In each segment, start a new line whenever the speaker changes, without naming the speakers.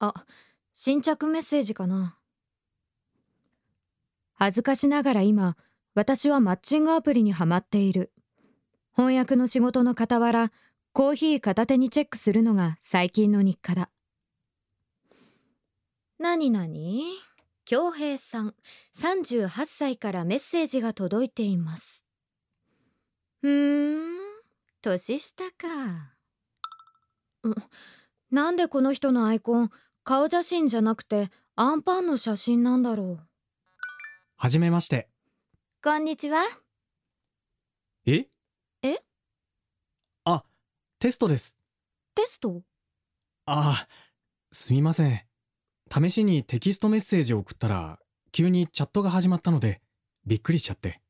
あ、新着メッセージかな。恥ずかしながら今、私はマッチングアプリにはまっている。翻訳の仕事の傍ら、コーヒー片手にチェックするのが最近の日課だ。なになに京平さん、38歳からメッセージが届いています。うーん、年下か。うんなんでこの人のアイコン、顔写真じゃなくてアンパンの写真なんだろう。
はじめまして。
こんにちは。
え
え
あ、テストです。
テスト
ああ、すみません。試しにテキストメッセージを送ったら、急にチャットが始まったので、びっくりしちゃって。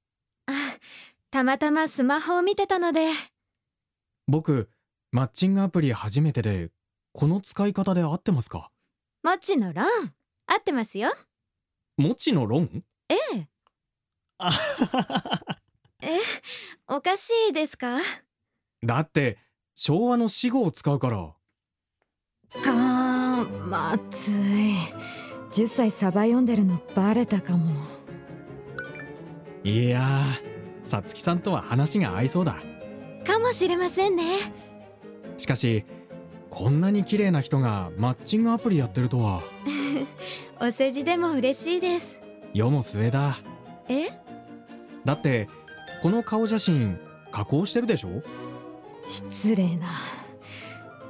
あ、たまたまスマホを見てたので。
僕、マッチングアプリ初めてで、この使い方で合ってますか
もちのろん、合ってますよ。
もちの論
ええ、
あはははは
おかしいですか
だって、昭和の死語を使うから。
かーん、まつい。10歳サバ読んでるのバレたかも。
いやー、さつきさんとは話が合いそうだ。
かもしれませんね。
しかしこんなに綺麗な人がマッチングアプリやってるとは
お世辞でも嬉しいです。
世も末だ
え
だってこの顔写真加工してるでしょ
失礼な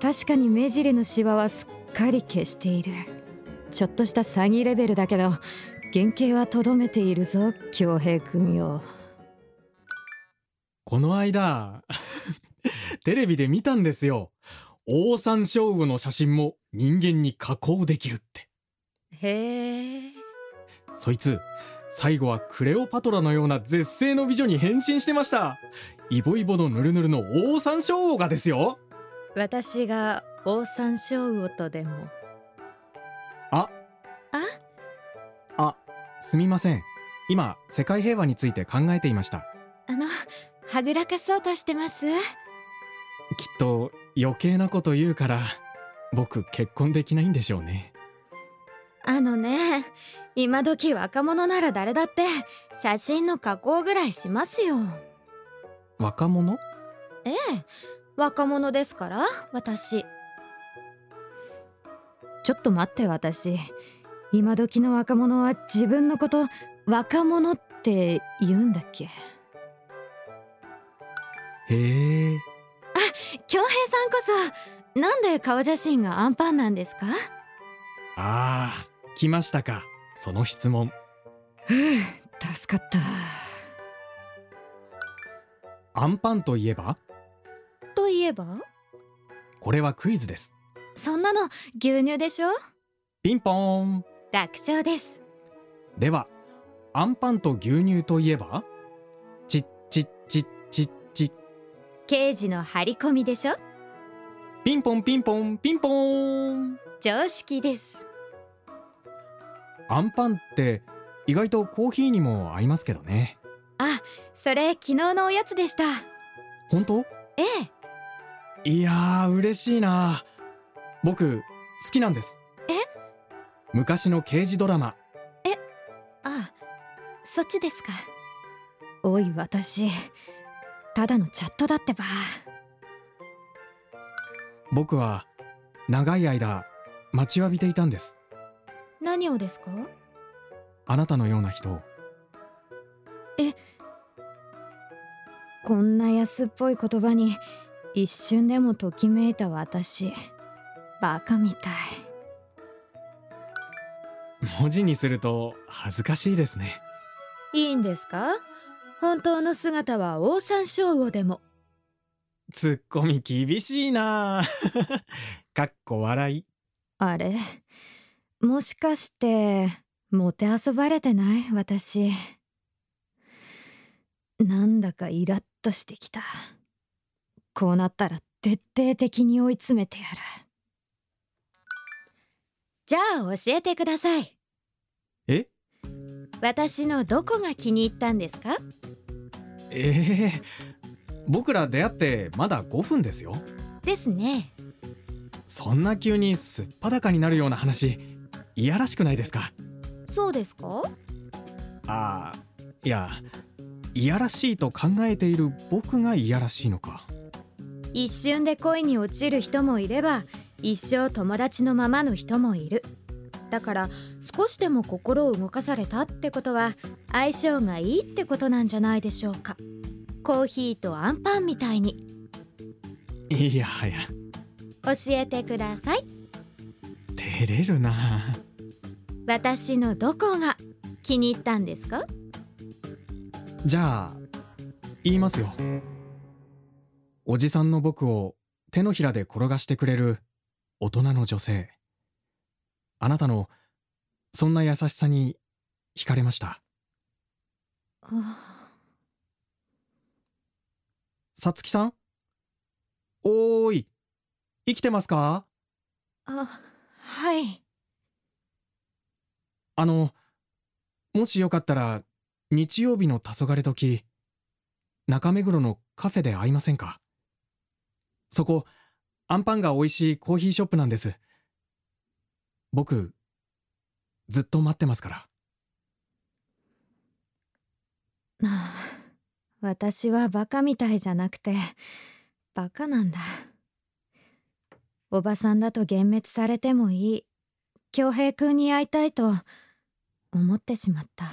確かに目尻のシワはすっかり消しているちょっとした詐欺レベルだけど原型はとどめているぞ恭平君よ
この間 テレビで見たんですよオオサンショウウオの写真も人間に加工できるって
へえ
そいつ最後はクレオパトラのような絶世の美女に変身してましたイボイボのヌルヌルのオオサンショウウオがですよ
私がオオサンショウウオとでも
あ
あ
あすみません今世界平和について考えていました
あのはぐらかそうとしてます
きっと余計なこと言うから僕結婚できないんでしょうね
あのね今時若者なら誰だって写真の加工ぐらいしますよ
若者
ええ若者ですから私ちょっと待って私今時の若者は自分のこと若者って言うんだっけ
へえ
京平さんこそなんで顔写真がアンパンなんですか
ああ来ましたかその質問
助かった
アンパンといえば
といえば
これはクイズです
そんなの牛乳でしょ
ピンポーン
楽勝です
ではアンパンと牛乳といえばちっちっちっちっち
刑事の張り込みでしょ
ピンポンピンポンピンポーン
常識です
アンパンって意外とコーヒーにも合いますけどね
それ昨日のおやつでした
本当
ええ
いやー嬉しいな僕好きなんです
え
昔の刑事ドラマ
ああそっちですかおい私ただのチャットだってば
僕は長い間待ちわびていたんです
何をですか
あなたのような人を
こんな安っぽい言葉に一瞬でもときめいた私バカみたい
文字にすると恥ずかしいですね
いいんですか本当の姿はオオサンショウウオでも
ツッコミ厳しいな かっこ笑い
あれもしかしてもてあそばれてない私なんだかイラッとしてきたこうなったら徹底的に追い詰めてやるじゃあ教えてください
え
私のどこが気に入ったんですか
ええ僕ら出会ってまだ5分ですよ
ですね
そんな急にすっぱだかになるような話いやらしくないですか
そうですか
ああいやいやらしいと考えている僕がいやらしいのか
一瞬で恋に落ちる人もいれば一生友達のままの人もいるだから少しでも心を動かされたってことは相性がいいってことなんじゃないでしょうかコーヒーとアンパンみたいに
いやはや
教えてください
照れるな
私のどこが気に入ったんですか
じゃあ言いますよおじさんの僕を手のひらで転がしてくれる大人の女性あなたのそんな優しさに惹かれました
あ
さつきさんおーい生きてますか
あはい
あのもしよかったら日曜日の黄昏時中目黒のカフェで会いませんかそこアンパンが美味しいコーヒーショップなんです僕ずっと待ってますから
あ 私はバカみたいじゃなくてバカなんだおばさんだと幻滅されてもいい恭平くんに会いたいと思ってしまった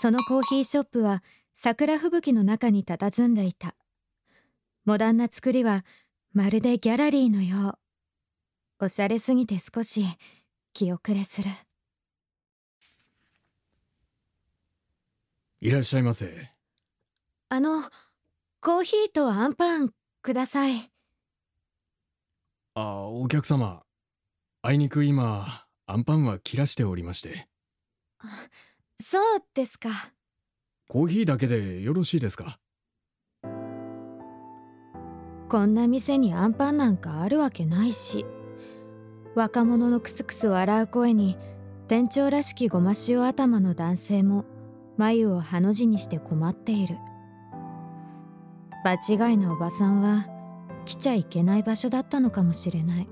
そのコーヒーショップは桜吹雪の中に佇んでいたモダンな作りはまるでギャラリーのようおしゃれすぎて少し気遅れする
いらっしゃいませ
あのコーヒーとアンパンください
あお客様あいにく今アンパンは切らしておりまして
そうですか
コーヒーだけでよろしいですか
こんな店にアンパンなんかあるわけないし若者のクスクス笑う声に店長らしきごま塩頭の男性も眉をハの字にして困っている場違いのおばさんは来ちゃいけない場所だったのかもしれない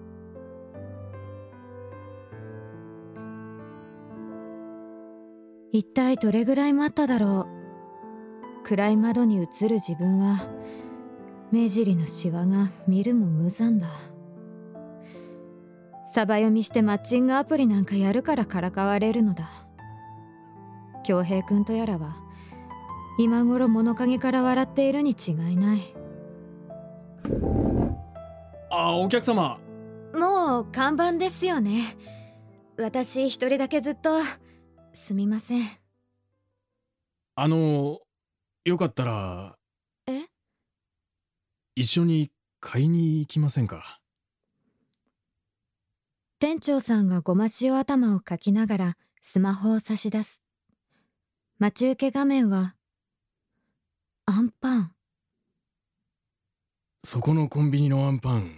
一体どれぐらい待っただろう暗い窓に映る自分は目尻のシワが見るも無残だサバ読みしてマッチングアプリなんかやるからからかわれるのだ恭平くんとやらは今頃物陰から笑っているに違いない
あお客様
もう看板ですよね私一人だけずっとすみません
あのよかったら
え
一緒に買いに行きませんか
店長さんがごま塩頭をかきながらスマホを差し出す待ち受け画面はアンパン
そこのコンビニのアンパン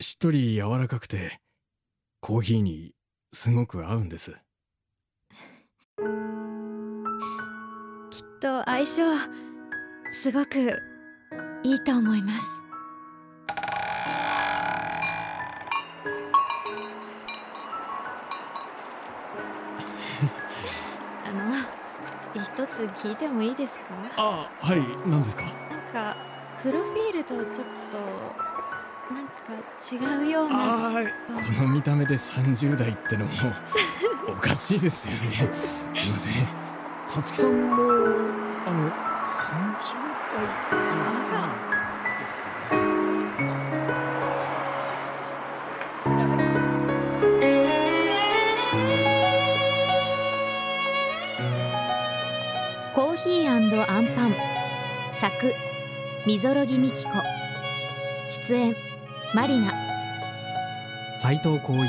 しっとり柔らかくてコーヒーにすごく合うんです
きっと相性すごくいいと思いますあの一つ聞いてもいいですか
あはい何ですか
なんかプロフィールとちょっとなんか違うような
あーこの見た目で30代ってのもおかしいですよねすいませんさつきさんもあの30代じゃないですよね
コーヒーアンパン作みぞろぎみきこ出演マリナ
斉藤浩一